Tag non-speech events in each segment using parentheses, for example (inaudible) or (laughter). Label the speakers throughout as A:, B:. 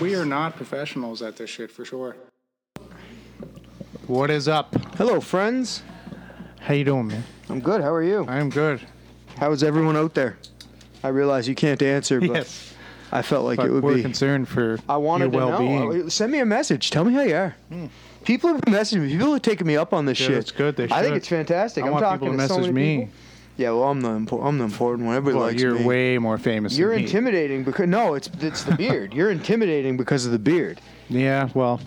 A: We are not professionals at this shit for sure.
B: What is up?
C: Hello, friends.
B: How you doing, man?
C: I'm good. How are you?
B: I am good.
C: How is everyone out there? I realize you can't answer, but
B: Yes.
C: I felt like
B: But
C: it would
B: we're
C: be.
B: concerned for
C: I
B: your
C: wanted to
B: well-being.
C: know. Uh, Send me a message. Tell me how you are. People have been messaging me. People are taking me up on this
B: Yeah,
C: shit.
B: that's good. They
C: I think
B: should.
C: it's fantastic.
B: I
C: am
B: want
C: talking
B: people to
C: so
B: message
C: many
B: me.
C: people. Yeah, well, I'm the impo- I'm the important one. Everybody
B: Well,
C: likes
B: you're
C: me.
B: way more famous.
C: you're
B: than me.
C: intimidating because no, it's it's the beard. you're intimidating because of the beard.
B: Yeah. Well.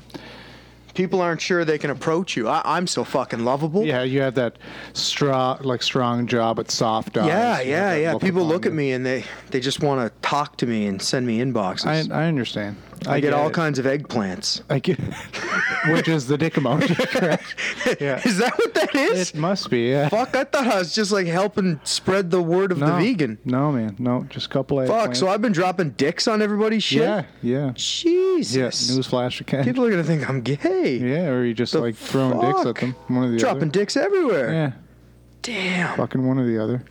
C: People aren't sure they can approach you. I, I'm so fucking lovable.
B: Yeah. You have that straw, like strong jaw, but soft eyes.
C: Yeah,
B: You have
C: yeah,
B: that
C: yeah. People
B: upon
C: look at
B: you.
C: me and they, they just want to talk to me and send me inboxes.
B: I,
C: I,
B: I understand. I,
C: get, all
B: it.
C: kinds of eggplants.
B: I
C: (laughs)
B: get, which is the dick emoji, (laughs) correct? Yeah.
C: Is that what that is?
B: It must be. Yeah.
C: Fuck, I thought I was just like helping spread the word of
B: no,
C: the vegan.
B: No, man. No, just a couple of.
C: Fuck, so I've been dropping dicks on everybody's shit?
B: Yeah. Yeah.
C: Jesus.
B: Yeah. Newsflash again.
C: People are going to think I'm gay.
B: (laughs) yeah, or you just
C: The
B: like throwing dicks at
C: fuck?
B: them. One of the
C: Dropping
B: other.
C: dicks everywhere.
B: Yeah.
C: Damn.
B: fucking one or the other.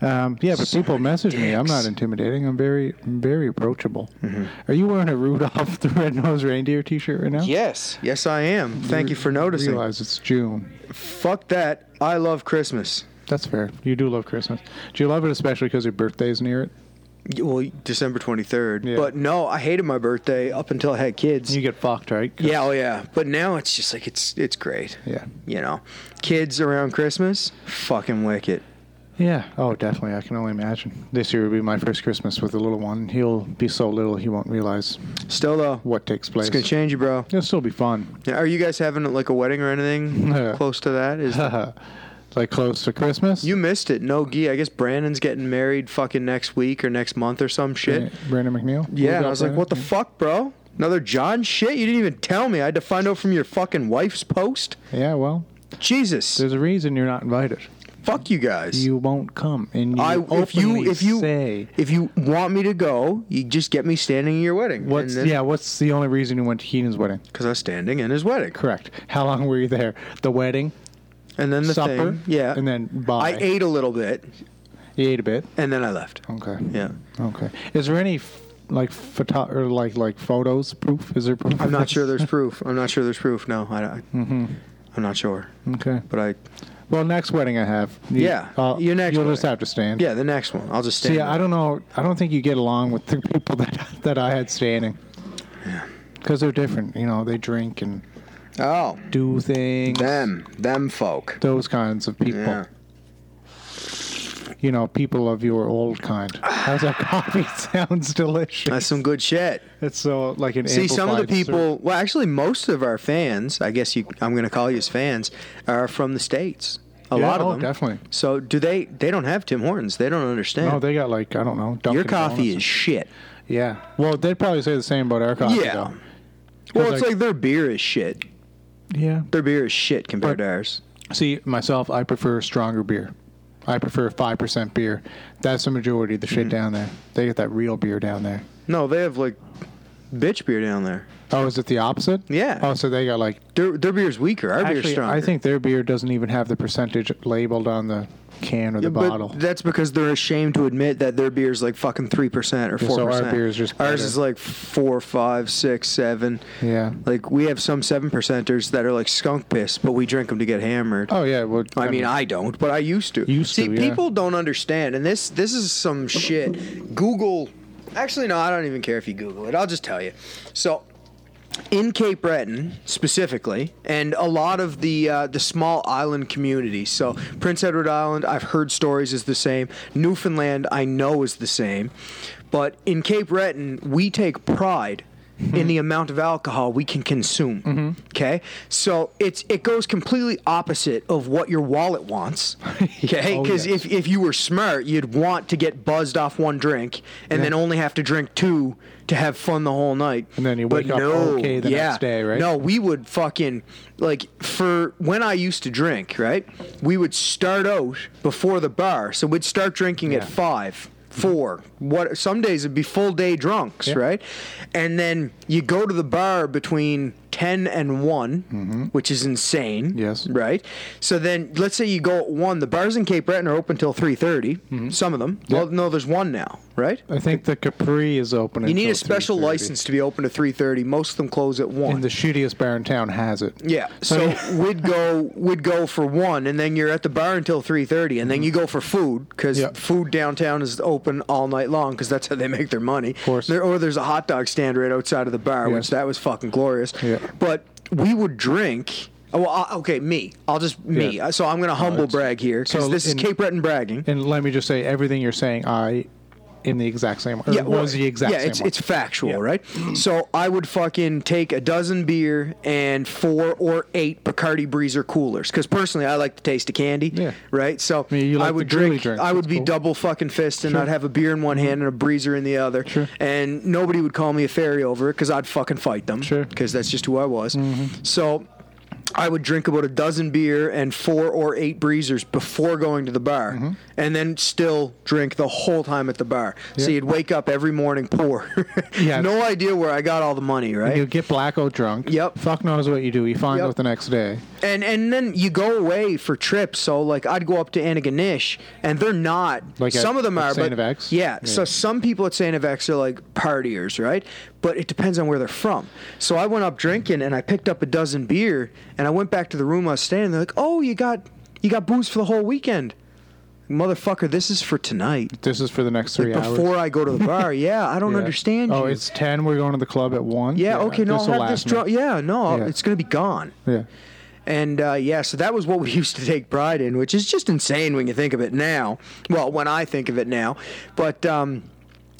B: Um, yeah, but people message me. I'm not
C: dicks. Mm-hmm.
B: intimidating. I'm very, very approachable. Are you wearing a Rudolph the Red-Nosed Reindeer T-shirt right now?
C: Yes. Yes, I am. Thank you for noticing.
B: Realize it's June.
C: Fuck that. I love Christmas.
B: That's fair. You do love Christmas. Do you love it especially because your birthday's near it?
C: Y- Well, December 23rd.
B: Yeah.
C: But no, I hated my birthday up until I had kids.
B: You get fucked, right? 'Cause-
C: Yeah, oh yeah. But now it's just like it's it's great.
B: Yeah.
C: You know, kids around Christmas, fucking wicked.
B: Yeah. Oh, definitely. I can only imagine. This year will be my first Christmas with the little one. He'll be so little he won't realize
C: Still though,
B: what takes place.
C: it's gonna change you, bro.
B: It'll still be fun.
C: Now, Are you guys having like a wedding or anything
B: (laughs) Yeah.
C: close to that?
B: (laughs)
C: Is
B: like close to Christmas.
C: you missed it? No gi. I guess Brandon's getting married fucon next week or next month or some shit.
B: Brandon McNeil.
C: Yeah, and I was like, what the fuck, bro? Another John shit? You didn't even tell me. I had to find out from your fucking wife's post.
B: yeah. Well,
C: Jesus,
B: There's a reason you're not invited.
C: fuck you guys.
B: You won't come, and you
C: I if you
B: openly
C: if you
B: say
C: if you want me to go, you just get me standing in your wedding. And
B: what's
C: then-
B: yeah. What's the only reason you went to Heenan's wedding?
C: Because I was standing in his wedding.
B: Correct. How long were you there? The wedding,
C: And then the
B: supper,
C: thing. Yeah.
B: and then bye.
C: I ate a little bit
B: You ate a bit.
C: and then I left.
B: Okay.
C: Yeah.
B: Okay. Is there any f- like photo or like like photos proof? Is there proof?
C: I'm
B: of
C: not
B: this?
C: sure
B: (laughs)
C: there's proof. I'm not sure there's proof. No, I don't.
B: Mm-hmm.
C: I'm not sure.
B: Okay.
C: But I,
B: Well, next wedding I have. You-
C: Yeah,
B: I'll-
C: your next
B: You'll just
C: wedding.
B: have to stand.
C: yeah, the next one. I'll just stand.
B: See, I
C: there.
B: don't know. I don't think you get along with the people that (laughs) that I had standing. Because they're different. You know, they drink and
C: Oh,
B: do things.
C: them. Them folk.
B: those kinds of people.
C: Yeah.
B: You know, people of your old kind. How's that (laughs) coffee? Sounds delicious.
C: That's some good shit.
B: It's so like an.
C: See, some of the
B: amplified
C: people, well, actually, most of our fans, I guess you, I'm going to call you as fans, are from the States. A
B: Yeah,
C: lot of
B: oh,
C: them.
B: definitely.
C: So, do they, they don't have Tim Hortons. They don't
B: ser-
C: understand.
B: No, they got like I don't know. Dunkin'
C: Your coffee
B: Donuts.
C: is shit.
B: Yeah. Well, they'd probably say the same about our coffee.
C: Yeah.
B: Though.
C: Well,
B: Cause
C: it's
B: like-
C: like their beer is shit.
B: Yeah.
C: Their beer is shit compared
B: But-
C: to ours.
B: See, myself, I prefer stronger beer. I prefer five percent beer. That's the majority of the
C: Mm-hmm.
B: shit down there. They get that real beer down there.
C: No, they have like bitch beer down there.
B: Oh, is it the opposite?
C: Yeah.
B: Oh, so they got like
C: Their their beer's weaker. Our beer's
B: actually.
C: stronger.
B: I think their beer doesn't even have the percentage labeled on the can or the
C: but
B: bottle.
C: that's because they're ashamed to admit that their beer's like fucking three percent or
B: Yeah,
C: four
B: so our
C: percent.
B: beer is just
C: ours
B: better.
C: is like four, five, six, seven.
B: Yeah.
C: Like we have some seven percenters that are like skunk piss, but we drink them to get hammered.
B: Oh yeah, well,
C: I mean, I don't, but I used to.
B: Used
C: See,
B: to, yeah.
C: people don't understand, and this this is some shit. Google. Actually, no, I don't even care if you Google it. I'll just tell you. So, in Cape Breton specifically, and a lot of the uh, the small island communities. So, Prince Edward Island, I've heard stories is the same. Newfoundland, I know is the same. But in Cape Breton, we take pride in
B: Mm-hmm.
C: the amount of alcohol we can consume. Okay, so it's it goes completely opposite of what your wallet
B: (laughs)
C: wants. Okay,
B: Oh,
C: because
B: yes.
C: if if you were smart, you'd want to get buzzed off one drink and then only have to drink two to have fun the whole night.
B: And then you
C: But
B: wake up okay the next day, right?
C: No, we would fucking like for when I used to drink, right? We would start out before the bar, so we'd start drinking at
B: Yeah. Mm-hmm.
C: five, four. What some days it'd be full day drunks,
B: Yeah.
C: right? And then you go to the bar between ten and one, which is insane.
B: Mm-hmm. Yes.
C: right. So then let's say you go at one. The bars in Cape Breton are open till three
B: Mm-hmm.
C: Some of them. Well, no, there's one now, right?
B: I think the Capri is open.
C: You need
B: until
C: a special
B: 3:30.
C: license to be open to three thirty. Most of them close at one.
B: And the shittiest bar in town has it.
C: Yeah. So we'd go we'd go for one, and then you're at the bar until three thirty, and then you go for food because
B: Mm-hmm. Yeah.
C: food downtown is open all night long because that's how they make their money. Of
B: course.
C: There, or there's a hot dog stand right outside of the bar, which
B: Yes.
C: that was fucking glorious.
B: Yeah.
C: But we would drink. Oh, well, I- okay, me. I'll just me.
B: Yeah.
C: So I'm gonna humble
B: it's-
C: brag here because
B: so
C: this is
B: in-
C: Cape Breton bragging.
B: And let me just say, everything you're saying, I am the exact same. Or
C: well,
B: was the exact
C: yeah,
B: same.
C: it's,
B: one.
C: it's factual,
B: Yeah. Mm-hmm.
C: right? So I would fucking take a dozen beer and four or eight Bacardi Breezer coolers because personally I like the taste of candy,
B: Yeah.
C: right? So I,
B: mean, you like the
C: would
B: girly
C: drink,
B: drinks,
C: I would
B: that's
C: be
B: cool. Mm-hmm.
C: double fucking fist and I'd have a beer in one hand and a Breezer in the other,
B: Sure.
C: and nobody would call me a fairy over it because I'd fucking fight them,
B: Sure. Mm-hmm.
C: because that's just who I was. So. I would drink about a dozen beer and four or eight breezers before going to the bar,
B: Mm-hmm.
C: and then still drink the whole time at the bar. So
B: Yeah.
C: you'd wake up every morning poor. (laughs)
B: Yeah.
C: No idea where I got all the money,
B: you
C: right?
B: get blackout drunk.
C: Yep.
B: Fuck knows what you do. You find
C: Yep.
B: out the next day.
C: And and then you go away for trips. So like I'd go up to Anaganish, and they're not.
B: Like at-
C: some of them
B: at
C: are,
B: Saint
C: but
B: of X?
C: yeah. So
B: Yeah.
C: some people at Saint of X are like partiers, right? But it depends on where they're from. So I went up drinking, and I picked up a dozen beer, and I went back to the room I was staying. in. They're like, "Oh, you got you got booze for the whole weekend." Motherfucker, this is for tonight.
B: This is for the next three hours.
C: Before I go to the
B: (laughs)
C: bar, yeah, I don't
B: Yeah.
C: understand you.
B: Oh, it's ten. We're going to the club at one.
C: Yeah, okay, no,
B: this'll
C: I'll have this
B: last me.
C: drunk. Yeah, no, I'll-
B: Yeah.
C: it's going to be gone.
B: Yeah.
C: And uh, yeah, so that was what we (laughs) used to take pride in, which is just insane when you think of it now. Well, when I think of it now, but um,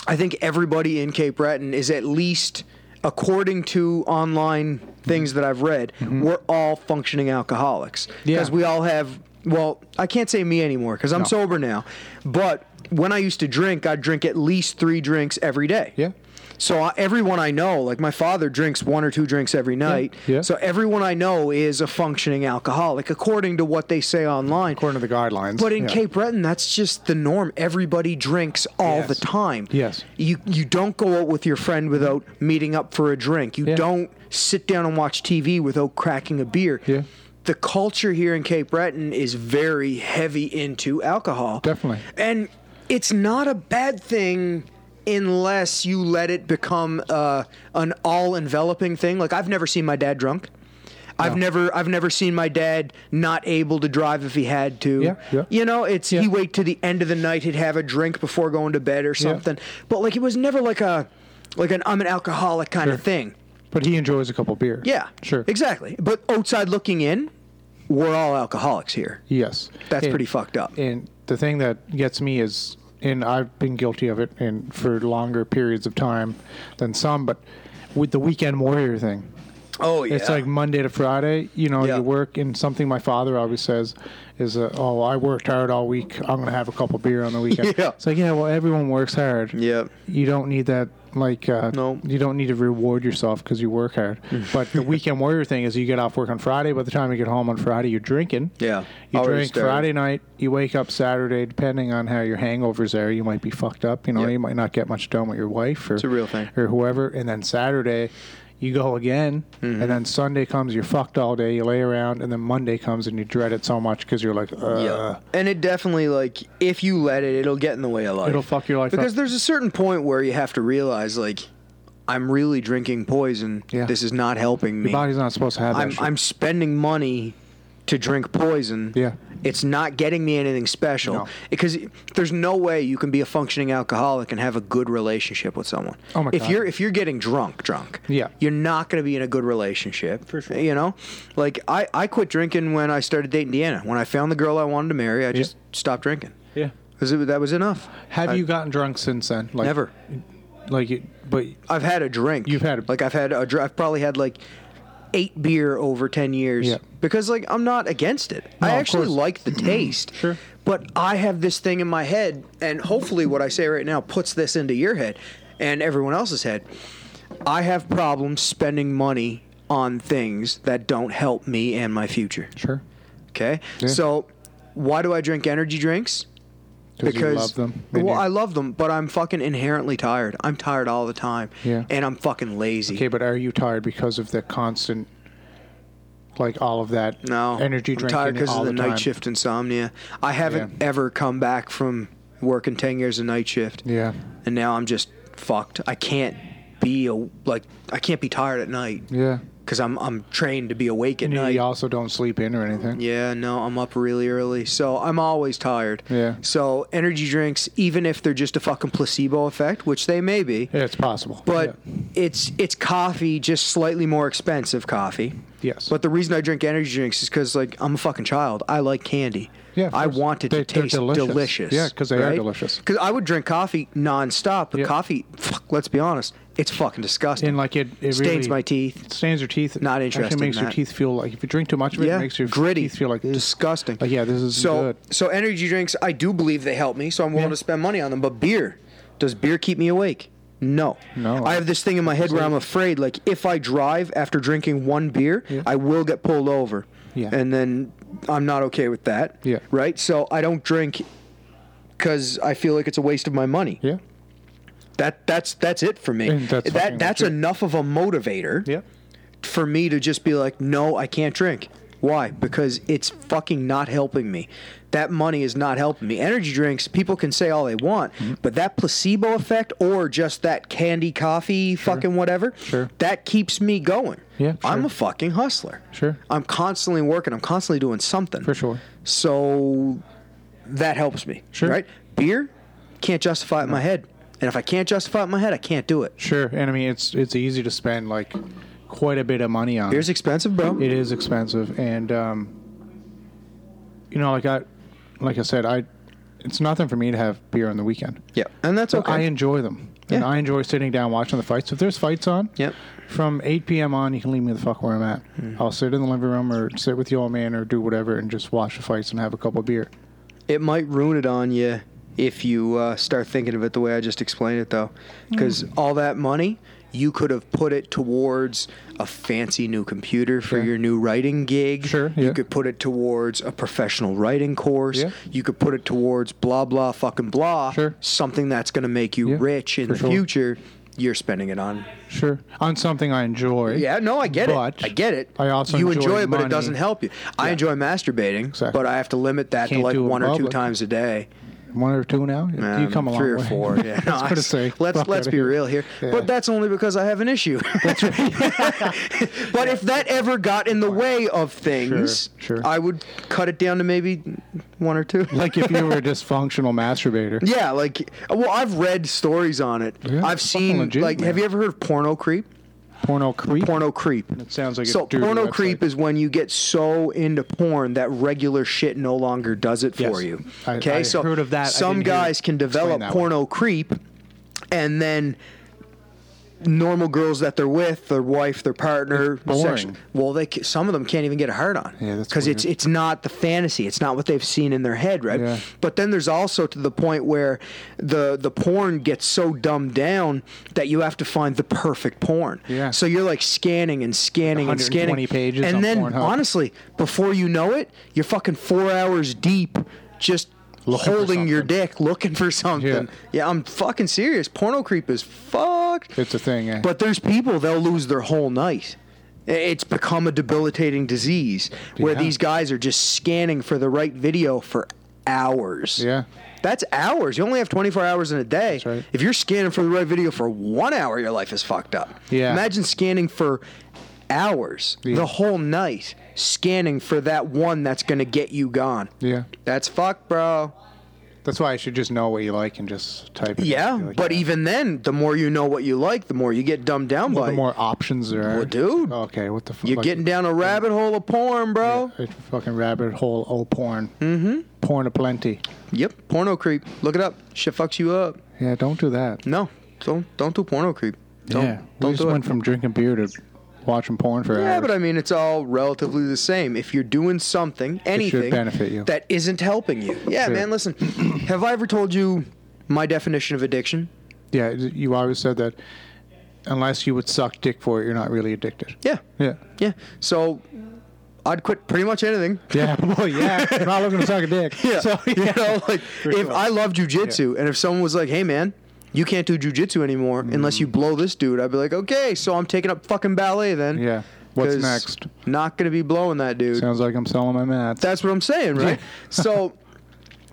C: I think everybody in Cape Breton is at least, according to online things that I've read, we're all functioning alcoholics
B: Mm-hmm. Yeah.
C: because we all have. Well, I can't say me anymore because I'm
B: No.
C: sober now, but when I used to drink, I'd drink at least three drinks every day.
B: Yeah.
C: So I, everyone I know, like my father drinks one or two drinks every night.
B: yeah.
C: So everyone I know is a functioning alcoholic according to what they say online.
B: According to the guidelines.
C: But in
B: yeah.
C: Cape Breton, that's just the norm. Everybody drinks all the
B: Yes.
C: time.
B: Yes.
C: You you don't go out with your friend without meeting up for a drink. You
B: Yeah.
C: don't sit down and watch TV without cracking a beer.
B: Yeah.
C: The culture here in Cape Breton is very heavy into alcohol.
B: Definitely.
C: And it's not a bad thing unless you let it become uh, an all-enveloping thing. Like I've never seen my dad drunk. I've never I've never seen my dad not able to drive if he had to.
B: Yeah, yeah.
C: You know, it's
B: Yeah.
C: he wait to the end of the night he'd have a drink before going to bed or something. But like it was never like a like an I'm an alcoholic kind of thing.
B: But he enjoys a couple beer.
C: Yeah.
B: Sure.
C: Exactly. But outside looking in, we're all alcoholics here.
B: Yes.
C: That's
B: And-
C: pretty fucked up.
B: And the thing that gets me is, and I've been guilty of it, and for longer periods of time than some, but with the weekend warrior thing,
C: oh yeah.
B: it's like Monday to Friday. You know,
C: Yeah.
B: you work, and something my father always says is, uh, "Oh, I worked hard all week. I'm gonna have a couple beer on the weekend."
C: (laughs) Yeah.
B: It's like, yeah, well, everyone works hard.
C: Yep.
B: You don't need that. Like, uh,
C: No. Mm.
B: you don't need to reward yourself because you work hard. but
C: (laughs)
B: the weekend warrior thing is, you get off work on Friday. By the time you get home on Friday, you're drinking.
C: Yeah.
B: You
C: Already
B: drink
C: started.
B: Friday night. You wake up Saturday, depending on how your hangovers are. You might be fucked up. You know,
C: Yep.
B: you might not get much done with your wife or
C: a real thing.
B: or whoever. And then Saturday, you go again.
C: Mm-hmm.
B: And then Sunday comes, you're fucked all day. You lay around, and then Monday comes, and you dread it so much because you're like, uh,
C: Yeah. And it definitely like if you let it, it'll get in the way of life.
B: it'll fuck your life
C: because
B: up.
C: there's a certain point where you have to realize like I'm really drinking poison.
B: Yeah.
C: This is not helping me.
B: Your body's not supposed to have that.
C: I'm
B: shit.
C: I'm spending money to drink poison.
B: Yeah.
C: It's not getting me anything special
B: No.
C: because there's no way you can be a functioning alcoholic and have a good relationship with someone.
B: Oh my
C: if
B: God.
C: you're if you're getting drunk, drunk,
B: Yeah.
C: you're not going to be in a good relationship. For
B: sure.
C: You know, like I I quit drinking when I started dating Deanna. When I found the girl I wanted to marry, I just stopped drinking.
B: yeah.
C: Cause it, that was enough.
B: Have
C: I-
B: you gotten drunk since then? Like,
C: Never.
B: Like, it, but
C: I've had a drink.
B: You've had a-
C: like I've had a dr- I've probably had like eight beer over ten years.
B: Yeah.
C: Because like I'm not against it. I
B: No, of
C: actually
B: course. Mm-hmm.
C: like the taste.
B: Sure.
C: But I have this thing in my head, and hopefully what I say right now puts this into your head and everyone else's head. I have problems spending money on things that don't help me and my future.
B: sure,
C: Okay.
B: Yeah.
C: So why do I drink energy drinks?
B: you love them. and
C: well,
B: you-
C: I love them, but I'm fucking inherently tired. I'm tired all the time.
B: Yeah.
C: And I'm fucking lazy.
B: okay, but are you tired because of the constant, like all of that
C: No.
B: energy
C: I'm
B: drinking
C: tired
B: all
C: of the,
B: time?
C: night shift insomnia. I haven't
B: Yeah.
C: ever come back from working 10 years of night shift.
B: Yeah,
C: And now I'm just fucked. I can't be a, like I can't be tired at night
B: yeah.
C: cuz I'm I'm trained to be awake at
B: And you-
C: night.
B: you also don't sleep in or anything.
C: Yeah, no, I'm up really early. So I'm always tired.
B: Yeah.
C: So energy drinks, even if they're just a fucking placebo effect, which they may be,
B: Yeah, it's possible.
C: but
B: Yeah.
C: it's it's coffee, just slightly more expensive coffee.
B: yes,
C: But the reason I drink energy drinks is because like I'm a fucking child. I like candy.
B: Yeah, of
C: I
B: course.
C: want it
B: They-
C: to
B: they're
C: taste
B: delicious.
C: delicious.
B: Yeah, 'cause they are delicious.
C: Because I would drink coffee nonstop, but
B: Yeah.
C: coffee, fuck, let's be honest, it's fucking disgusting.
B: and like it, it
C: stains
B: really-
C: my teeth.
B: It stains your teeth.
C: Not interested
B: Actually, makes
C: in
B: your
C: that.
B: teeth feel like if you drink too much of it,
C: yeah,
B: it makes your
C: gritty,
B: teeth feel like "Ugh."
C: disgusting.
B: Like, yeah, this isn't
C: so
B: good.
C: so energy drinks. I do believe they help me, so I'm willing
B: Yeah.
C: to spend money on them. But beer, does beer keep me awake? No.
B: No.
C: I have this thing in my head where I'm afraid. Like if I drive after drinking one beer, I will get pulled over.
B: Yeah.
C: And then I'm not okay with that.
B: Yeah.
C: Right. So I don't drink because I feel like it's a waste of my money.
B: Yeah.
C: That that's that's it for me.
B: And that's fucking
C: that that's
B: legit.
C: enough of a motivator
B: Yeah.
C: for me to just be like, no, I can't drink. Why? Because it's fucking not helping me. That money is not helping me. Energy drinks, people can say all they want,
B: Mm-hmm.
C: but that placebo effect or just that candy coffee, fucking whatever,
B: Sure.
C: that keeps me going.
B: Yeah,
C: I'm
B: sure.
C: a fucking hustler.
B: Sure.
C: I'm constantly working. I'm constantly doing something.
B: For sure.
C: So that helps me.
B: Sure.
C: Right? Beer, can't justify it in my head. And if I can't justify it in my head, I can't do it.
B: Sure. And I mean, it's it's easy to spend like quite a bit of money on.
C: Beer's expensive, bro.
B: it is expensive, and um, you know, like I, like I said, I, it's nothing for me to have beer on the weekend.
C: yeah. And that's okay.
B: I enjoy them, and
C: Yeah.
B: I enjoy sitting down watching the fights. If there's fights on,
C: Yep. Hmm.
B: from 8 p.m. on, you can leave me the fuck where I'm at. I'll sit in the living room or sit with the old man or do whatever and just watch the fights and have a couple of beer.
C: It might ruin it on you if you uh, start thinking of it the way I just explained it, though,
B: Hmm.
C: because all that money you could have put it towards a fancy new computer for
B: Yeah.
C: your new writing gig.
B: Sure, yeah.
C: You could put it towards a professional writing course.
B: Yeah.
C: You could put it towards blah blah fucking blah.
B: Sure.
C: Something that's going to make you
B: Yeah,
C: rich in
B: for
C: the
B: sure.
C: future. You're spending it on.
B: Sure, on something I enjoy.
C: Yeah, no, I get
B: But
C: it. I get it.
B: I also
C: you
B: enjoy
C: enjoy, it, but
B: money.
C: it doesn't help you. I enjoy masturbating,
B: Exactly.
C: but I have to limit that
B: Can't
C: to like
B: do it in
C: one or two
B: public.
C: times a day.
B: one or two now. you
C: Um,
B: come a long
C: three or
B: way.
C: four. Yeah,
B: (laughs) I was gonna
C: I-
B: say,
C: Let's
B: fuck
C: let's
B: outta
C: be
B: here.
C: real here,
B: Yeah.
C: but that's only because I have an issue. (laughs) but if that ever got in the way of things,
B: Sure, sure.
C: I would cut it down to maybe one or two.
B: like if you were a dysfunctional masturbator.
C: yeah, like well, I've read stories on it.
B: Yeah,
C: I've
B: it's
C: seen
B: fucking legit,
C: like, have
B: man.
C: you ever heard of porno creep?
B: Porno creep.
C: Porno creep.
B: It sounds like
C: So
B: a dirty
C: porno
B: website.
C: creep is when you get so into porn that regular shit no longer does it
B: Yes.
C: for you.
B: I-
C: Okay,
B: I
C: so
B: heard of that. I
C: some
B: didn't hear
C: guys
B: it
C: can
B: explained
C: develop
B: that way.
C: porno creep, and then normal girls that they're with, their wife, their partner,
B: boring.
C: section- well, they ca- some of them can't even get a hard on
B: Yeah, that's
C: because it's
B: weird.
C: it's not the fantasy, it's not what they've seen in their head, right?
B: Yeah.
C: But then there's also to the point where the the porn gets so dumbed down that you have to find the perfect porn.
B: Yeah.
C: So you're like scanning and scanning and scanning
B: 120 pages
C: and
B: on
C: then
B: Pornhub.
C: honestly, before you know it, you're fucking four hours deep just
B: Looking for
C: holding your
B: something.
C: dick looking for something.
B: Yeah.
C: Yeah. I'm fucking serious. Porno creep is fucked.
B: It's a thing. Eh?
C: But there's people they'll lose their whole night. I- It's become a debilitating disease where
B: Yeah.
C: these guys are just scanning for the right video for hours.
B: yeah,
C: That's hours. You only have 24 hours in a day.
B: That's right.
C: If you're scanning for the right video for one hour, your life is fucked up.
B: Yeah.
C: Imagine scanning for hours,
B: Yeah.
C: the whole night, scanning for that one that's going to get you gone.
B: yeah.
C: That's fucked, bro.
B: That's why I should just know what you like and just type. it.
C: Yeah,
B: Be like,
C: but
B: yeah.
C: even then, the more you know what you like, the more you get dumbed down
B: Well,
C: by
B: the
C: it.
B: more options there are.
C: Well, dude,
B: Okay, what the fuck?
C: You're getting down a rabbit hole of porn, bro.
B: a fucking rabbit hole. Oh, porn. Mm-hmm. Porn aplenty.
C: Yep, porno creep. Look it up. Shit fucks you up.
B: Yeah, don't do that.
C: No, Don't don't do porno creep. Don't,
B: yeah, we
C: don't
B: just
C: do it.
B: went from drinking beer to watching porn for
C: Yeah,
B: hours.
C: but I mean, it's all relatively the same. If you're doing something, anything
B: benefit you.
C: that isn't helping you, yeah,
B: Sure.
C: man. Listen, have I ever told you my definition of addiction?
B: yeah, you always said that unless you would suck dick for it, you're not really addicted.
C: Yeah,
B: Yeah.
C: yeah. So I'd quit pretty much
B: (laughs)
C: anything. (laughs)
B: Yeah, well, yeah. I'm not looking to suck a dick.
C: Yeah.
B: So,
C: You know,
B: (laughs)
C: like
B: For
C: if
B: sure.
C: I love jujitsu and if someone was like, "Hey, man." You can't do jujitsu anymore
B: Mm.
C: unless you blow this dude. I'd be like, okay, so I'm taking up fucking ballet then.
B: Yeah. What's
C: 'Cause
B: next?
C: Not gonna be blowing that dude.
B: Sounds like I'm selling my mats.
C: That's what I'm saying, right?
B: (laughs)
C: so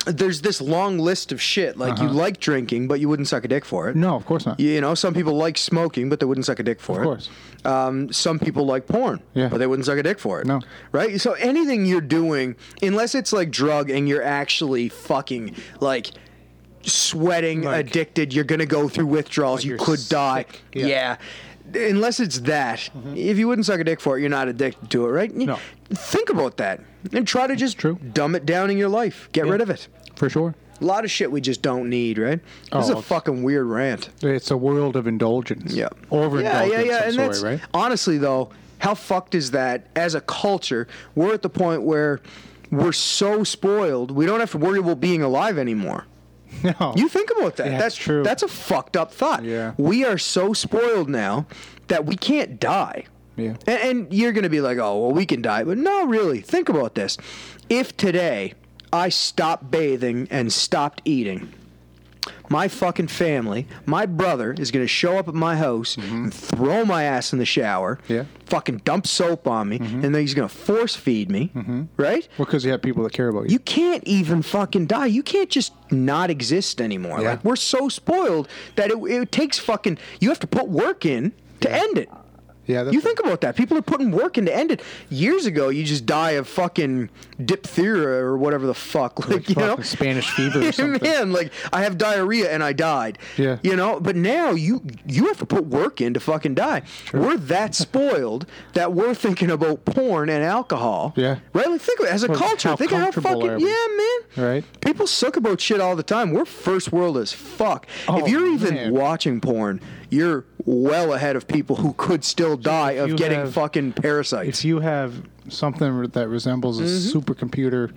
C: there's this long list of shit. Like
B: Uh-huh.
C: you like drinking, but you wouldn't suck a dick for it.
B: no, of course not.
C: You know, some people like smoking, but they wouldn't suck a dick for
B: Of
C: it.
B: course.
C: Um, some people like porn,
B: Yeah.
C: but they wouldn't suck a dick for it.
B: No.
C: Right? So anything you're doing, unless it's like drug and you're actually fucking like sweating,
B: Like-
C: addicted, you're going to go through withdrawals, you
B: you're
C: could die.
B: sick.
C: Yeah.
B: Yeah. Mm-hmm.
C: Unless it's that, if you wouldn't suck a dick for it, you're not addicted to it, right?
B: No.
C: Think about that and try to just
B: true.
C: dumb it down in your life. Get rid of it.
B: For sure.
C: A lot of shit we just don't need, right? This is
B: Oh.
C: a fucking weird rant.
B: It's a world of indulgence.
C: Yeah.
B: Overindulgence.
C: Yeah, yeah, yeah.
B: I'm
C: And
B: sorry,
C: that's
B: right?
C: honestly though, how fucked is that as a culture? We're at the point where we're so spoiled, we don't have to worry about being alive anymore.
B: No.
C: You think about that.
B: Yeah,
C: that's
B: it's true.
C: That's a fucked up thought.
B: Yeah.
C: We are so spoiled now that we can't die.
B: Yeah.
C: And, and you're going to be like, oh, well, we can die. But no, really, think about this. If today I stopped bathing and stopped eating, my fucking family, my brother is going to show up at my house and throw my ass in the shower,
B: Mm-hmm. Yeah. Mm-hmm.
C: fucking dump soap on me, and then he's going to force feed me, right?
B: Well, because you have people that care about you.
C: You can't even fucking die. You can't just not exist anymore.
B: Yeah.
C: Like we're so spoiled that it, it takes fucking. You have to put work in to end it.
B: yeah. That's
C: You think about that. People are putting work in to end it. Years ago, you just die of fucking diphtheria or whatever the fuck. (laughs) Like,
B: Like
C: you know,
B: fucking Spanish fever or something.
C: (laughs) Man, like I have diarrhea and I died.
B: Yeah.
C: You know, but now you you have to put work in to fucking die. We're that spoiled that we're thinking about porn and alcohol.
B: Yeah.
C: Right? Like think of it as a
B: Well,
C: culture.
B: how
C: think of how
B: comfortable
C: fucking
B: are we?
C: yeah, man.
B: Right?
C: People suck about shit all the time. We're first world as fuck. if
B: Oh,
C: you're even
B: man.
C: watching porn, you're well ahead of people who could still die
B: if
C: of
B: you
C: getting
B: have-
C: fucking parasites.
B: If you have something that resembles a
C: Mm-hmm.
B: supercomputer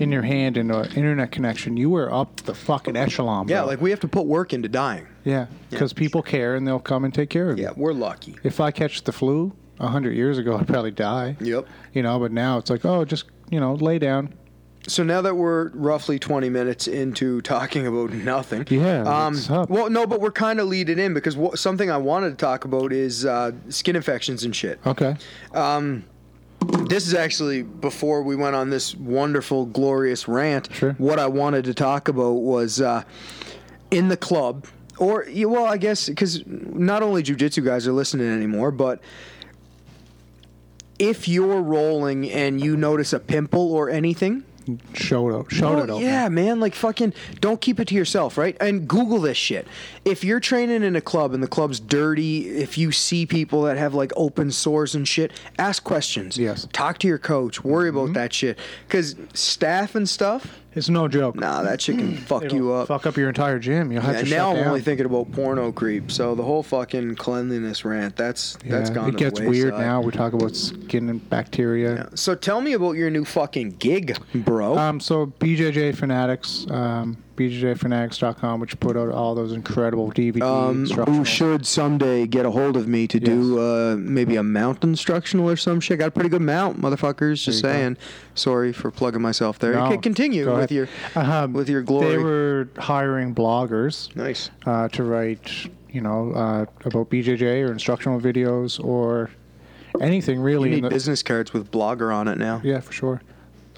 B: in your hand and an internet connection, you are up the fucking echelon.
C: yeah,
B: bro.
C: like we have to put work into dying.
B: yeah, because people care and they'll come and take care of you.
C: Yeah, we're lucky.
B: if I catch the flu a hundred years ago, (laughs) I'd probably die.
C: Yep.
B: You know, but now it's like, oh, just you know, lay down.
C: So now that we're roughly 20 minutes into talking about nothing.
B: Yeah,
C: Um,
B: what's up?
C: well, no, but we're kind of leading in because wha- something I wanted to talk about is uh, skin infections and shit.
B: Okay. Oh.
C: This is actually before we went on this wonderful, glorious rant.
B: Sure.
C: What I wanted to talk about was uh, in the club, or yeah, well, I guess because not only jujitsu guys are listening anymore, but if you're rolling and you notice a pimple or anything,
B: Shout out. Shout
C: Oh,
B: it out.
C: Yeah, man. Like fucking, don't keep it to yourself, right? And Google this shit. If you're training in a club and the club's dirty, if you see people that have like open sores and shit, ask questions.
B: Yes. Mm-hmm.
C: Talk to your coach. Worry about that shit. Because staff and stuff,
B: It's no joke.
C: nah, that shit
B: (clears throat)
C: can fuck
B: It'll
C: you up.
B: Fuck up your entire gym. You'll have
C: and
B: to
C: now
B: shut
C: I'm
B: down.
C: only thinking about porno creep. So the whole fucking cleanliness rant, that's that's
B: Yeah,
C: gone. to
B: It
C: the
B: gets weird
C: wayside.
B: now. We talk about skin and bacteria.
C: So tell me about your new fucking gig, bro.
B: Um, so BJJ Fanatics, um, BJJFanatics.com, which put out all those incredible DVD
C: um, who
B: instructional-
C: should someday get a hold of me to do uh, maybe a mount instructional or some shit. Got a pretty good mount, motherfuckers. Just
B: There you
C: saying.
B: go.
C: Sorry for plugging myself there.
B: No,
C: okay, continue
B: go
C: with your
B: ahead. Um,
C: with your glory.
B: They were hiring bloggers
C: nice.
B: uh, to write, you know, uh, about BJJ or instructional videos or anything really.
C: You
B: in
C: need
B: the-
C: business cards with blogger on it now.
B: yeah, Mm, for sure.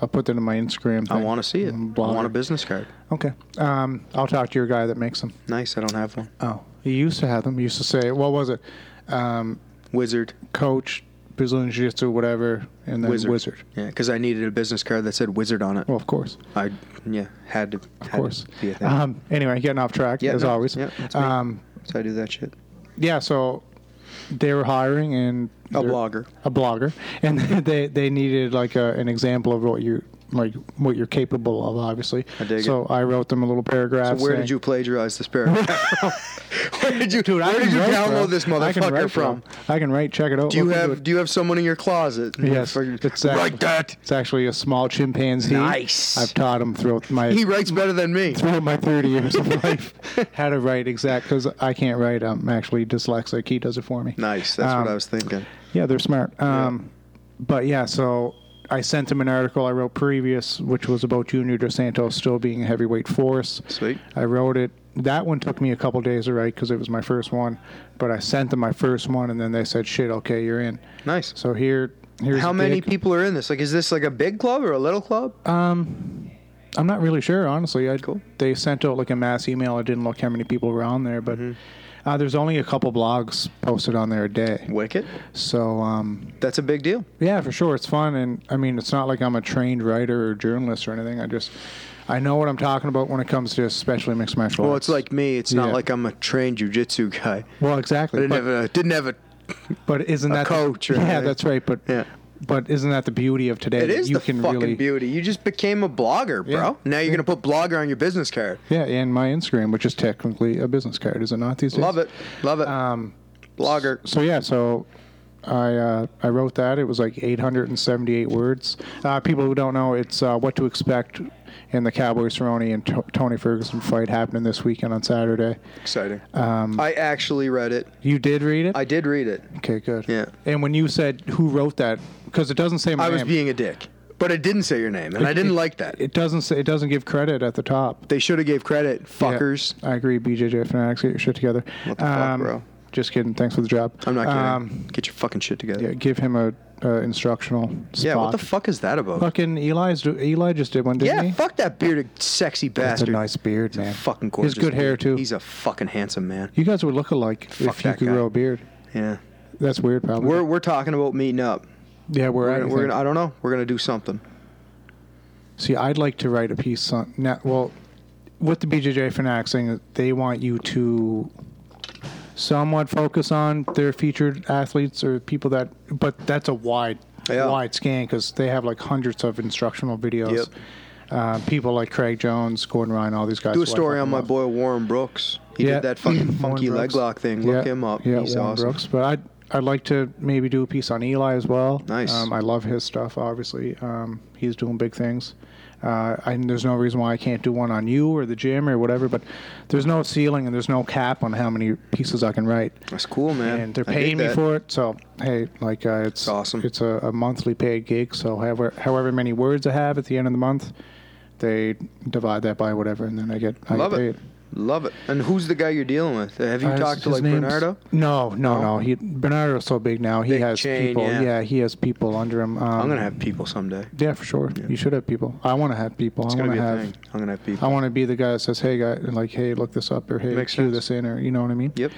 B: I'll put that in my Instagram.
C: I want to see it. I want a
B: business.
C: business card.
B: Okay. Um, I'll talk to your guy that makes them.
C: Nice. I don't have one.
B: Oh, he used to have them. He used to say, what was it? Um,
C: Wizard.
B: Coach, Brazilian Jiu Jitsu, whatever, and then
C: Wizard.
B: Wizard.
C: Yeah, because I needed a business card that said wizard on it.
B: Well, of course.
C: I yeah had to. Of
B: Of course.
C: Be a thing.
B: Um, anyway, getting off track
C: Yeah,
B: as
C: no,
B: always.
C: yeah, that's me.
B: um,
C: so I do that shit.
B: yeah, so they were hiring and
C: A
B: they're-
C: blogger.
B: (laughs) a blogger, and they they needed like a, an example of what you like what you're capable of, obviously.
C: I dig
B: so I wrote them a little paragraph.
C: Where
B: saying-
C: did you plagiarize this paragraph?
B: (laughs)
C: where did you,
B: Dude, I
C: where
B: can
C: did you
B: write,
C: download
B: bro.
C: this
B: I can
C: motherfucker
B: write, bro.
C: from?
B: I can write. Check it out.
C: Do you
B: look into
C: have
B: it.
C: do you have someone in your closet?
B: Yes,
C: Fucking-
B: it's
C: Write
B: actually-
C: that.
B: It's actually a small chimpanzee.
C: Nice.
B: I've taught him throughout my
C: He writes better than me.
B: throughout my 30 years of (laughs) life how to write exact because I can't write. I'm actually dyslexic. He does it for me.
C: Nice. That's
B: Um,
C: what I was thinking.
B: Yeah, they're smart. Um, But yeah, so I sent him an article I wrote previous, which was about Junior DeSanto still being a heavyweight force.
C: Sweet.
B: I wrote it. That one took me a couple days to write because it was my first one. But I sent them my first one, and then they said, "Shit, okay, you're in."
C: Nice.
B: So here, here's
C: How
B: a Uh,
C: many
B: dig.
C: people are in this? Like, is this like a big club or a little club?
B: Um, I'm not really sure, honestly. I, They sent out like a mass email. I didn't look how many people were on there, but
C: Mm-hmm.
B: uh, there's only a couple blogs posted on there a day.
C: Wicked.
B: So um,
C: That's a big deal.
B: yeah, for sure, it's fun. And I mean, it's not like I'm a trained writer or journalist or anything. I just I know what I'm talking about when it comes to especially mixed martial
C: Well,
B: arts.
C: it's like me. It's not
B: Yeah.
C: like I'm a trained jujitsu guy.
B: well,
C: I
B: exactly.
C: didn't
B: But,
C: have a didn't have a.
B: but isn't that the-
C: coach or
B: (laughs) yeah,
C: anything.
B: that's right. But
C: Yeah.
B: but isn't that the beauty of today?
C: It
B: that
C: is
B: you
C: the
B: can
C: fucking
B: really
C: beauty. You just became a blogger, bro.
B: Yeah.
C: Now you're gonna put blogger on your business card.
B: yeah, and my Instagram, which is technically a business card, is it not these days?
C: Love it. Love it.
B: uh,
C: Um, blogger.
B: so yeah, so I uh, I wrote that. It was like 878 words. Uh, people who don't know, it's uh, what to expect in the Cowboy Cerrone and T- Tony Ferguson fight happening this weekend on Saturday.
C: Exciting. Um, I actually read it.
B: You did read it.
C: I did read it.
B: okay, good.
C: Yeah.
B: And when you said who wrote that, because it doesn't say my
C: I was
B: name.
C: being a dick, but it didn't say your name, and I didn't like that.
B: it doesn't say. It doesn't give credit at the top.
C: They should have gave credit,
B: Yeah,
C: fuckers.
B: I agree. BJJ fanatics, get your shit together. Um,
C: What the fuck, bro?
B: Just kidding. Thanks for the job.
C: I'm not kidding.
B: Um,
C: Get your fucking shit together.
B: yeah, give him a uh, instructional. Spot.
C: Yeah, what the fuck is that about?
B: Fucking Eli's do- Eli just did one, didn't
C: yeah,
B: he?
C: fuck that bearded sexy
B: That's
C: bastard.
B: a nice beard, man.
C: fucking
B: He has
C: gorgeous.
B: good hair
C: dude.
B: too.
C: He's a fucking handsome man.
B: you guys would look alike if you
C: that
B: could
C: guy.
B: grow a beard.
C: Yeah.
B: That's weird, probably.
C: We're we're talking about meeting up.
B: yeah, we're,
C: We're
B: at
C: gonna,
B: it,
C: we're
B: I think.
C: gonna I don't know. We're gonna do something.
B: See, I'd like to write a piece on now. Well, with the BJJ fanatics thing, they want you to somewhat focus on their featured athletes or people that, but that's a wide,
C: Yeah.
B: wide scan because they have like hundreds of instructional videos.
C: Yep.
B: Uh, people like Craig Jones, Gordon Ryan, all these guys.
C: Do
B: who
C: a
B: I
C: story
B: fucking
C: on my
B: love.
C: boy Warren Brooks. He did that fucking
B: (clears throat) Warren
C: funky leg
B: Brooks.
C: lock thing. Look
B: Yeah.
C: him up.
B: Yeah,
C: He's
B: Warren
C: awesome.
B: Brooks. But I'd I'd like to maybe do a piece on Eli as well.
C: Nice.
B: Um, I love his stuff. Obviously, um, he's doing big things. Uh, and there's no reason why I can't do one on you or the gym or whatever. But there's no ceiling and there's no cap on how many pieces I can write.
C: That's cool, man.
B: And they're
C: I dig
B: paying me
C: that.
B: for it, so hey, like uh, it's
C: awesome.
B: It's a, a monthly paid gig, so however however many words I have at the end of the month, they divide that by whatever, and then I get I
C: Love
B: get
C: it.
B: paid.
C: Love it. And who's the guy you're dealing with? Have you
B: Uh,
C: talked to
B: his
C: like
B: name's-
C: Bernardo? Oh.
B: No, no, no. He Bernardo's so big now. He
C: Big
B: has
C: chain,
B: people.
C: yeah.
B: Yeah. he has people under him. Um,
C: I'm gonna have people someday.
B: Yeah, for sure. You should have people. I want to have people.
C: It's
B: I
C: gonna
B: want
C: be
B: to
C: a
B: have.
C: thing. I'm gonna have people.
B: I want to be the guy that says, "Hey, guy," and like, "Hey, look this up," or "Hey,
C: Makes
B: cue
C: sense.
B: this in," or you know what I mean. Um,
C: Yep.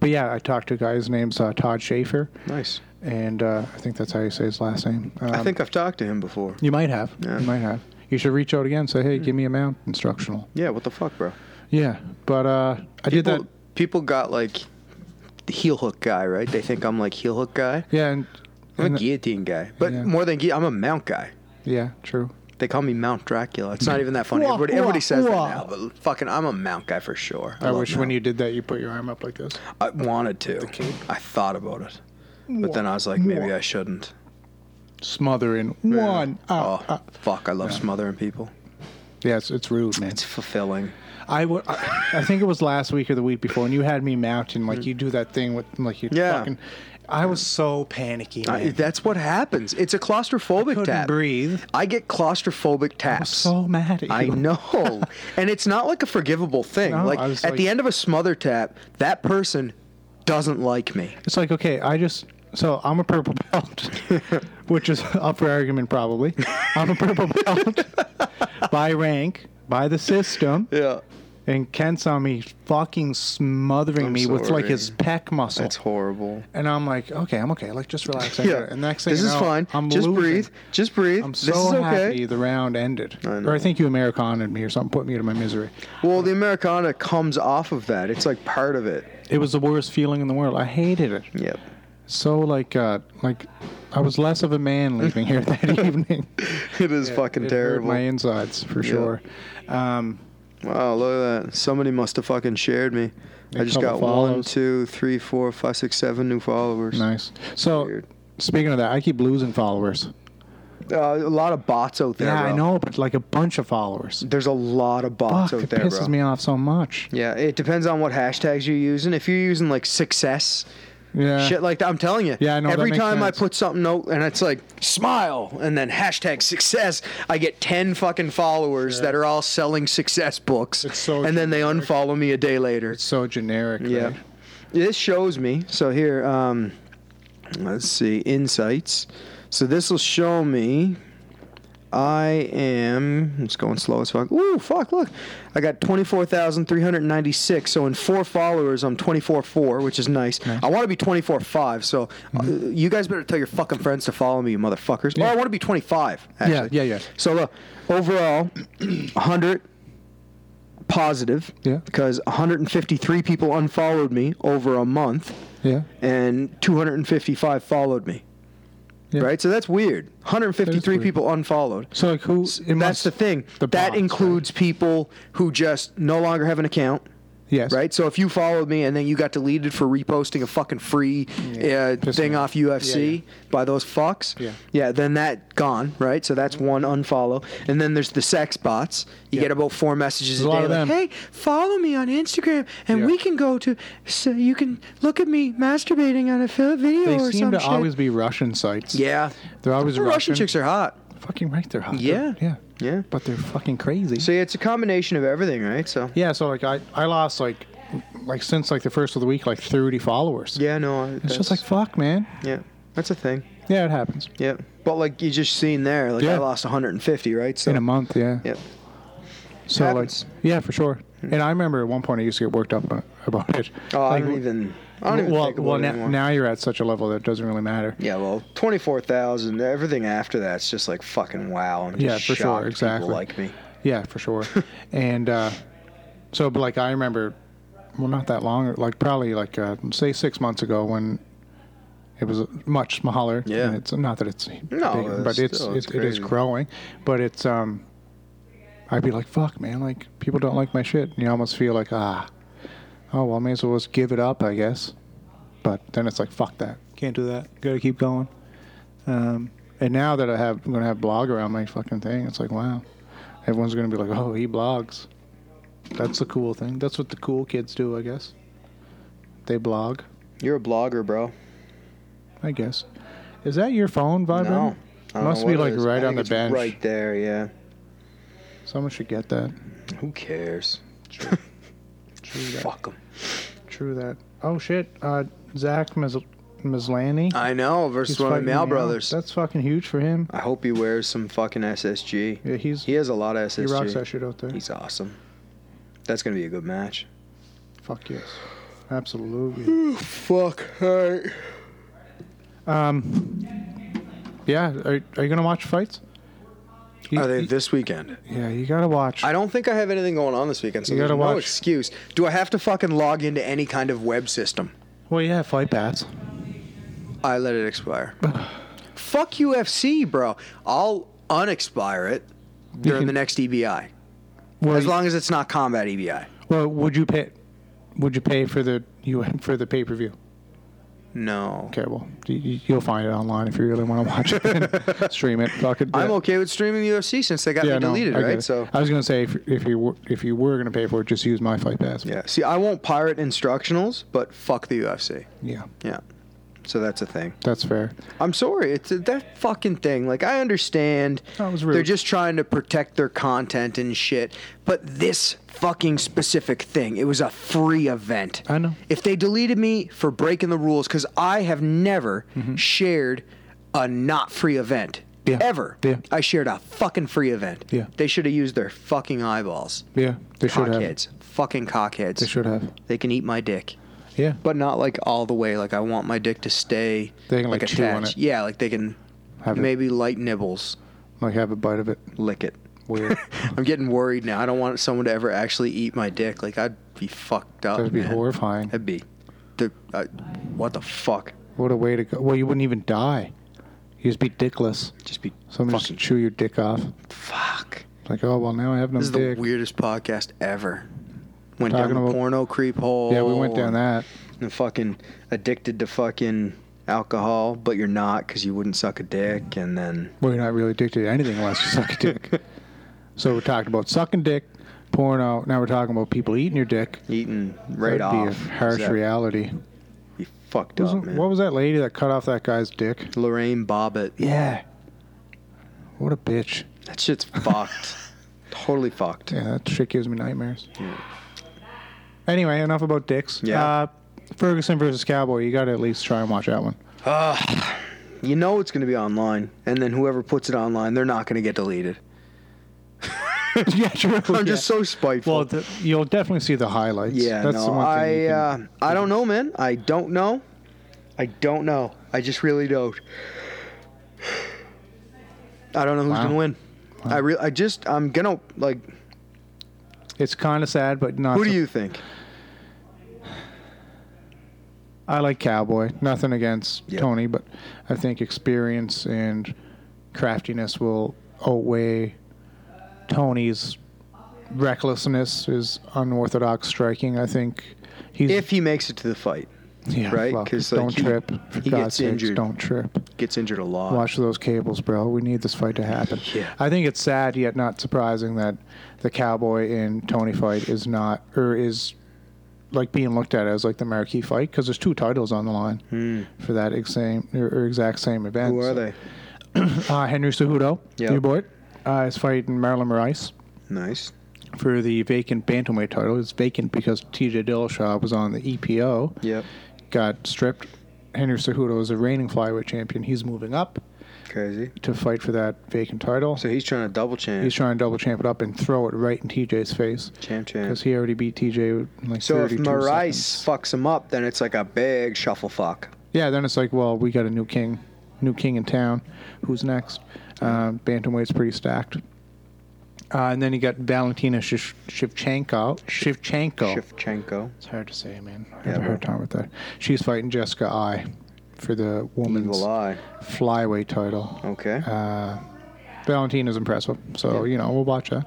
B: But yeah, I talked to a guy. His name's uh, Todd Schaefer,
C: Nice.
B: and uh, I think that's how you say his last name. Um,
C: I think I've talked to him before.
B: you might have.
C: Yeah. Hmm.
B: You might have. You should reach out again. and Say, "Hey, give me a mount instructional."
C: Yeah, what the fuck, bro?
B: Yeah, but uh, I did
C: People,
B: that.
C: people got like the heel hook guy, right? They think I'm like heel hook guy.
B: Yeah, and,
C: I'm
B: and
C: a guillotine guy, but
B: Yeah.
C: more than guillotine, I'm a mount guy.
B: yeah, true.
C: They call me Mount Dracula. It's not even that funny.
B: Mm. Wah,
C: Everybody,
B: wah,
C: everybody says
B: wah.
C: that now, but fucking, I'm a mount guy for sure.
B: I, wish when
C: you.
B: you did that, you put your arm up like this.
C: I wanted to. I thought about it, but then I was like, maybe I shouldn't.
B: Smothering one.
C: Oh,
B: Oh,
C: fuck! I love smothering people.
B: yeah, it's, it's rude, man.
C: It's fulfilling.
B: I wa- I I think it was last week or the week before, and you had me mounting like you do that thing with like you
C: Yeah.
B: fucking. I was so panicky.
C: I-
B: Man.
C: that's what happens. It's a claustrophobic
B: couldn't
C: tap.
B: breathe.
C: I get claustrophobic
B: I was
C: taps.
B: so mad at you.
C: I know. (laughs) and it's not like a forgivable thing.
B: No,
C: like
B: I
C: at
B: was like-
C: the end of a smother tap, that person doesn't like me.
B: It's like okay, I just so I'm a purple (laughs) belt, which is (laughs) up for argument probably. I'm a purple (laughs) belt by rank, by the system.
C: Yeah.
B: And Ken saw me fucking smothering
C: I'm
B: me with like
C: sorry.
B: his pec muscle.
C: That's horrible.
B: And I'm like, okay, I'm okay. Like, just relax. I
C: Yeah.
B: got it. And next thing
C: this
B: you
C: is
B: know,
C: fine.
B: I'm
C: Just
B: losing.
C: breathe. Just breathe.
B: I'm
C: this is
B: so
C: okay.
B: happy the round ended.
C: I know.
B: or I think you Americaned me or something, put me to my misery.
C: Well, the Americana comes off of that. It's like part of it.
B: It was the worst feeling in the world. I hated it.
C: Yep.
B: So like, uh, like I was less of a man leaving here that
C: (laughs)
B: evening.
C: (laughs) It is fucking
B: It hurt
C: terrible.
B: My insides for sure. Um,
C: Wow, look at that. Somebody must have fucking shared me. I
B: A
C: just got
B: couple
C: one,
B: follows.
C: two, three, four, five, six, seven new followers.
B: nice. So
C: Weird.
B: speaking of that, I keep losing followers.
C: Uh, a lot of bots out there.
B: yeah, I
C: bro.
B: know, but like a bunch of followers.
C: There's a lot of bots
B: Fuck,
C: out
B: it
C: there,
B: pisses
C: bro.
B: me off so much.
C: Yeah, it depends on what hashtags you're using. If you're using like success,
B: Yeah.
C: shit like that, I'm telling you.
B: Yeah, I know, that
C: Every
B: makes
C: time I
B: sense.
C: put something out and it's like smile and then hashtag success, I get ten fucking followers that are all selling success books,
A: It's so
C: and then they unfollow me a day later.
B: It's so generic.
C: Yeah.
B: right?
C: This shows me. So here, um, let's see, insights. So this will show me. I am. It's going slow as fuck. Ooh, fuck! Look, I got twenty-four thousand three hundred ninety-six. So in four followers, I'm twenty-four-four, which is nice. I want to be twenty-four-five. So uh,
B: Mm-hmm.
C: you guys better tell your fucking friends to follow me, you motherfuckers. Or I want to be twenty-five. Actually.
B: yeah, yeah.
C: So look, overall, hundred positive.
B: Yeah.
C: Because 153 people unfollowed me over a month,
B: Yeah.
C: and 255 followed me.
B: Yeah.
C: Right. So that's weird. 153
B: weird.
C: people unfollowed.
B: So like who? it
C: that's
B: must-
C: the thing.
B: the
C: that
B: bots,
C: includes people who just no longer have an account.
B: Yes.
C: Right. So if you followed me and then you got deleted for reposting a fucking free uh,
B: Piss
C: thing
B: me
C: off UFC by those fucks,
B: Yeah.
C: yeah, then that gone. Right. So that's one unfollow. And then there's the sex bots. You
B: Yeah.
C: get about four messages
B: There's
C: a
B: a lot
C: day.
B: of
C: like,
B: them.
C: hey, follow me on Instagram, and
B: Yeah.
C: we can go to. So you can look at me masturbating on a fil- video
B: They
C: or
B: seem
C: some
B: to
C: shit.
B: always be Russian sites.
C: yeah.
B: They're always
C: The Russian chicks are hot.
B: fucking right. They're hot.
C: Yeah.
B: Yeah.
C: Yeah.
B: But they're fucking crazy.
C: So yeah, it's a combination of everything, right? So
B: yeah. So like I, I lost like, like since like the first of the week like thirty followers.
C: yeah, no, I-
B: It's
C: that's-
B: just like fuck, man.
C: yeah, that's a thing.
B: Yeah, it happens
C: Yeah, but like you just seen there, like I
B: Yeah.
C: lost 150, right? So
B: in a month. Yeah.
C: yeah,
B: so
C: happens.
B: like yeah, for sure. And I remember at one point I used to get worked up a- about it.
C: oh, I
B: Like,
C: don't even, I don't even
B: well,
C: think about
B: well,
C: it
B: now,
C: anymore.
B: now you're at such a level that it doesn't really matter.
C: yeah, well, 24,000. Everything after that's just like fucking wow. I'm just
B: Yeah, for sure,
C: shocked people
B: exactly.
C: Like me.
B: Yeah, for sure. and uh, so, but like I remember, well, not that long, like probably like uh, say six months ago when it was much smaller.
C: Yeah.
B: and it's not that it's big,
C: it's
B: but it's,
C: still-
B: it's
C: it's
B: it is
C: crazy.
B: growing. But it's um, I'd be like, fuck, man, like people don't like my shit. And you almost feel like ah, oh well, may as well just give it up, I guess. But then it's like, fuck that, can't do that. Gotta keep going. Um, and now that I have, I'm gonna have blogger on my fucking thing. It's like, wow, everyone's gonna be like, oh, he blogs. That's the cool thing. That's what the cool kids do, I guess. They blog,
C: You're a blogger, bro.
B: I guess. Is that your phone vibrating?
C: No. I don't know
B: Must
C: what
B: be
C: it
B: like
C: is. I
B: right
C: think
B: on the
C: it's
B: bench.
C: Right there, yeah.
B: Someone should get that.
C: Who cares?
B: True that.
C: Fuck them.
B: True that. Oh shit, uh, Zach Mis- Mislani.
C: I know, versus one of the Mal brothers.
B: That's fucking huge for him.
C: I hope he wears some fucking SSG.
B: Yeah, he's
C: He has a lot of
B: he
C: SSG.
B: rocks that shit out there.
C: He's awesome. That's gonna be a good match.
B: Fuck yes, absolutely.
C: Fuck. All right.
B: Um, yeah, are, are you gonna watch fights? You-
C: Are they
B: you-
C: this weekend?
B: yeah, you gotta watch.
C: I don't think I have anything going on this weekend, so
B: You
C: there's
B: gotta
C: no
B: watch.
C: excuse. Do I have to fucking log into any kind of web system?
B: well, yeah, fight pass.
C: I let it
B: (sighs)
C: expire. Fuck UFC, bro. I'll unexpire it during
B: can-
C: the next EBI,
B: Well,
C: as
B: you-
C: long as it's not combat E EBI.
B: well, would you pay? Would you pay for the you for the pay per view?
C: No.
B: Okay, well, you, you'll find it online if you really want to watch it.
C: (laughs)
B: and stream it. Fuck it.
C: I'm
B: Yeah.
C: okay with streaming UFC since they got
B: Yeah,
C: me
B: no,
C: deleted,
B: I get
C: right?
B: it.
C: So
B: I was gonna say if, if you were, if you were gonna pay for it, just use my fight pass.
C: yeah. See, I won't pirate instructionals, but fuck the UFC.
B: yeah,
C: Yeah. So that's a thing.
B: that's fair.
C: I'm sorry. It's that fucking thing. Like I understand
B: That was rude.
C: they're just trying to protect their content and shit, but this fucking specific thing, it was a free event.
B: I know.
C: If they deleted me for breaking the rules cuz I have never shared a not free event
B: Mm-hmm. Yeah.
C: ever.
B: Yeah.
C: I shared a fucking free event.
B: Yeah.
C: They should have used their fucking eyeballs.
B: Yeah, they should have.
C: Cockheads. Fucking cockheads.
B: They should have.
C: They can eat my dick
B: Yeah,
C: but not like all the way. Like I want my dick to stay.
B: They can, like, chew on it.
C: Yeah, like they can
B: Have it.
C: maybe light nibbles,
B: like have a bite of it.
C: lick
B: (laughs)
C: it. (laughs)
B: Weird.
C: I'm getting worried now. I don't want someone to ever actually eat my dick. Like I'd be fucked up.
B: That'd be
C: Oh, man.
B: horrifying.
C: That'd be, the, I- uh, what the fuck?
B: What a way to go. Well, you wouldn't even die. You just be dickless.
C: Just be
B: Someone just chew your dick off.
C: fuck.
B: Like, oh well, now I have no
C: This is
B: dick.
C: the weirdest podcast ever. Went down
B: Talking
C: the
B: about-
C: porno creep hole.
B: yeah, we went down that.
C: And fucking addicted to fucking alcohol, but you're not because you wouldn't suck a dick. And then
B: Well, you're not really addicted to anything unless you suck a
C: (laughs)
B: dick. So we talked about sucking dick, porno. Now we're talking about people eating your dick.
C: eating right
B: That'd
C: off.
B: Be a harsh
C: That'd
B: reality.
C: Be fucked up,
B: Wasn't-
C: man.
B: what was that lady that cut off that guy's dick?
C: Lorraine Bobbitt.
B: Yeah. What a bitch.
C: That
B: (laughs)
C: shit's fucked. Totally fucked.
B: Yeah, that shit gives me nightmares. Anyway, enough about dicks.
C: Yeah.
B: Uh, Ferguson versus Cowboy. You got to at least try and watch
C: (laughs)
B: that one.
C: You know it's going to be online, and then whoever puts it online, they're not going to get deleted.
B: (laughs) yeah, (laughs) true.
C: I'm just so spiteful.
B: Well, th- you'll definitely see the highlights.
C: yeah,
B: that's
C: no,
B: the one thing.
C: I
B: you can-
C: uh, I don't know, man. I don't know. I don't know. I just really don't. (sighs) I don't know who's
B: Wow.
C: gonna win. I re- I just I'm gonna like.
B: it's kind of sad, but not.
C: Who do
B: su-
C: you think?
B: I like Cowboy. Nothing against
C: Yeah.
B: Tony, but I think experience and craftiness will outweigh Tony's recklessness, his unorthodox striking. I think he's
C: If he makes it to the fight,
B: yeah,
C: right,
B: well,
C: 'cause, like,
B: don't
C: he-
B: trip. For
C: he
B: God's
C: gets
B: sakes,
C: injured.
B: don't trip.
C: gets injured a lot.
B: Watch those cables, bro. We need this fight to happen.
C: Yeah.
B: I think it's sad yet not surprising that the Cowboy and Tony fight is not or is like being looked at as like the marquee fight because there's two titles on the line
C: Hmm.
B: for that ex- same or, or exact same event.
C: Who are
B: So,
C: they?
B: Uh, Henry Cejudo,
C: Yep.
B: your boy, uh, is fighting Marilyn Rice
C: Nice.
B: for the vacant bantamweight title. It's vacant because T.J. Dillashaw was on the EPO
C: Yep.
B: got stripped. Henry Cejudo is a reigning flyweight champion. He's moving up
C: Crazy.
B: to fight for that vacant title.
C: So he's trying to double champ.
B: He's trying to double champ it up and throw it right in TJ's face
C: champ champ.
B: because he already beat TJ in like
C: So if
B: 32
C: Marais
B: seconds.
C: fucks him up, then it's like a big shuffle fuck.
B: yeah, then it's like, well, we got a new king, new king in town. Who's next? Um, bantamweight's pretty stacked. Uh, and then you got Valentina Shiv- Shivchenko. Shivchenko.
C: Shevchenko.
B: It's hard to say, man. I
C: Yeah,
B: have a hard time with that. She's fighting Jessica I for the woman's
C: Evil eye.
B: flyweight title. Uh,
C: Okay.
B: Valentina's impressive, so you know we'll watch that.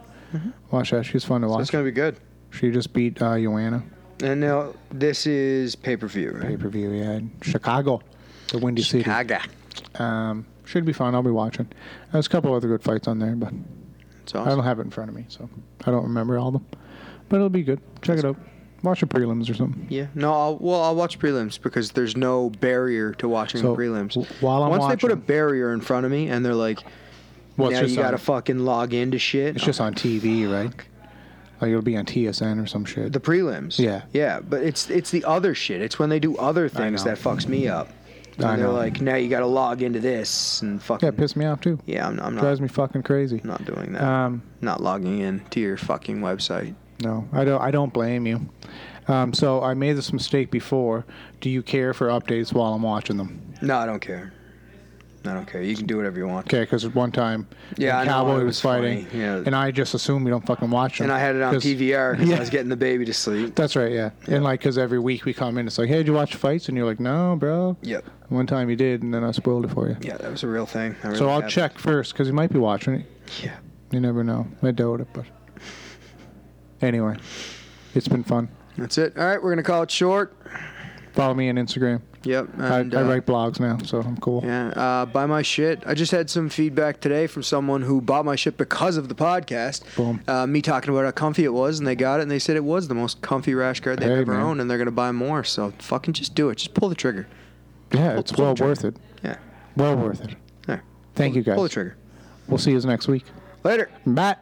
B: Watch that. She's fun to
C: That's
B: watch.
C: Mm-hmm. gonna be good.
B: She just beat uh, Joanna.
C: And now this is pay per view,
B: pay
C: right?
B: per view. Yeah, in Chicago, the Windy
C: Kaga.
B: City. Um, should be fun. I'll be watching. There's a couple other good fights on there, but
C: That's
B: I don't
C: awesome.
B: have it in front of me, so I don't remember all of them. But it'll be good. Check it out. Watch the prelims or something.
C: Yeah. No. I'll, well, I'll watch prelims because there's no barrier to watching
B: So,
C: the prelims.
B: w- while I'm
C: once they put a
B: watching-
C: barrier in front of me and they're like,
B: Well,
C: now
B: it's just
C: you gotta
B: on,
C: fucking log into shit.
B: it's just on TV, right? Like it'll be on TSN or some shit.
C: the prelims.
B: Yeah.
C: Yeah, but it's it's the other shit. It's when they do other things
B: know.
C: that fucks me up. And
B: I
C: they're
B: know.
C: like, now you gotta log into this and fucking.
B: yeah, it pissed me off too.
C: Yeah, I'm, I'm not.
B: Drives me fucking crazy.
C: not doing that.
B: Um,
C: not logging in to your fucking website.
B: No, I don't. I don't blame you. Um, so I made this mistake before. Do you care for updates while I'm watching them?
C: No, I don't care. I don't care. You can do whatever you want.
B: Okay, because one time,
C: Yeah,
B: the
C: I know,
B: Cowboy
C: it
B: was,
C: was
B: fighting,
C: funny, yeah.
B: and I just assumed we don't fucking watch them.
C: And I had it on
B: 'Cause-
C: PVR because
B: Yeah.
C: I was getting the baby to sleep.
B: That's right, yeah. And like, because every week we come in, it's like, hey, did you watch fights? And you're like, no, bro.
C: Yep.
B: One time you did, and then I spoiled it for you.
C: Yeah, that was a real thing. That
B: So
C: really
B: I'll
C: happened.
B: check first because you might be watching it.
C: Yeah.
B: You never know. I doubt it, but anyway, it's been fun.
C: That's it. All right, we're gonna call it short.
B: Follow me on Instagram.
C: Yep.
B: I,
C: And,
B: I
C: uh,
B: write blogs now, so I'm cool.
C: Yeah. Uh, buy my shit. I just had some feedback today from someone who bought my shit because of the podcast.
B: Boom.
C: Uh, me talking about how comfy it was, and they got it, and they said it was the most comfy rash guard they've
B: Hey,
C: ever
B: man.
C: owned, and they're gonna buy more. So fucking just do it. Just pull the trigger.
B: Yeah, it's well
C: pull the
B: worth it.
C: Yeah.
B: Well worth it.
C: There.
B: Thank you guys.
C: Pull the trigger.
B: We'll see you next week.
C: Later.
B: Bye.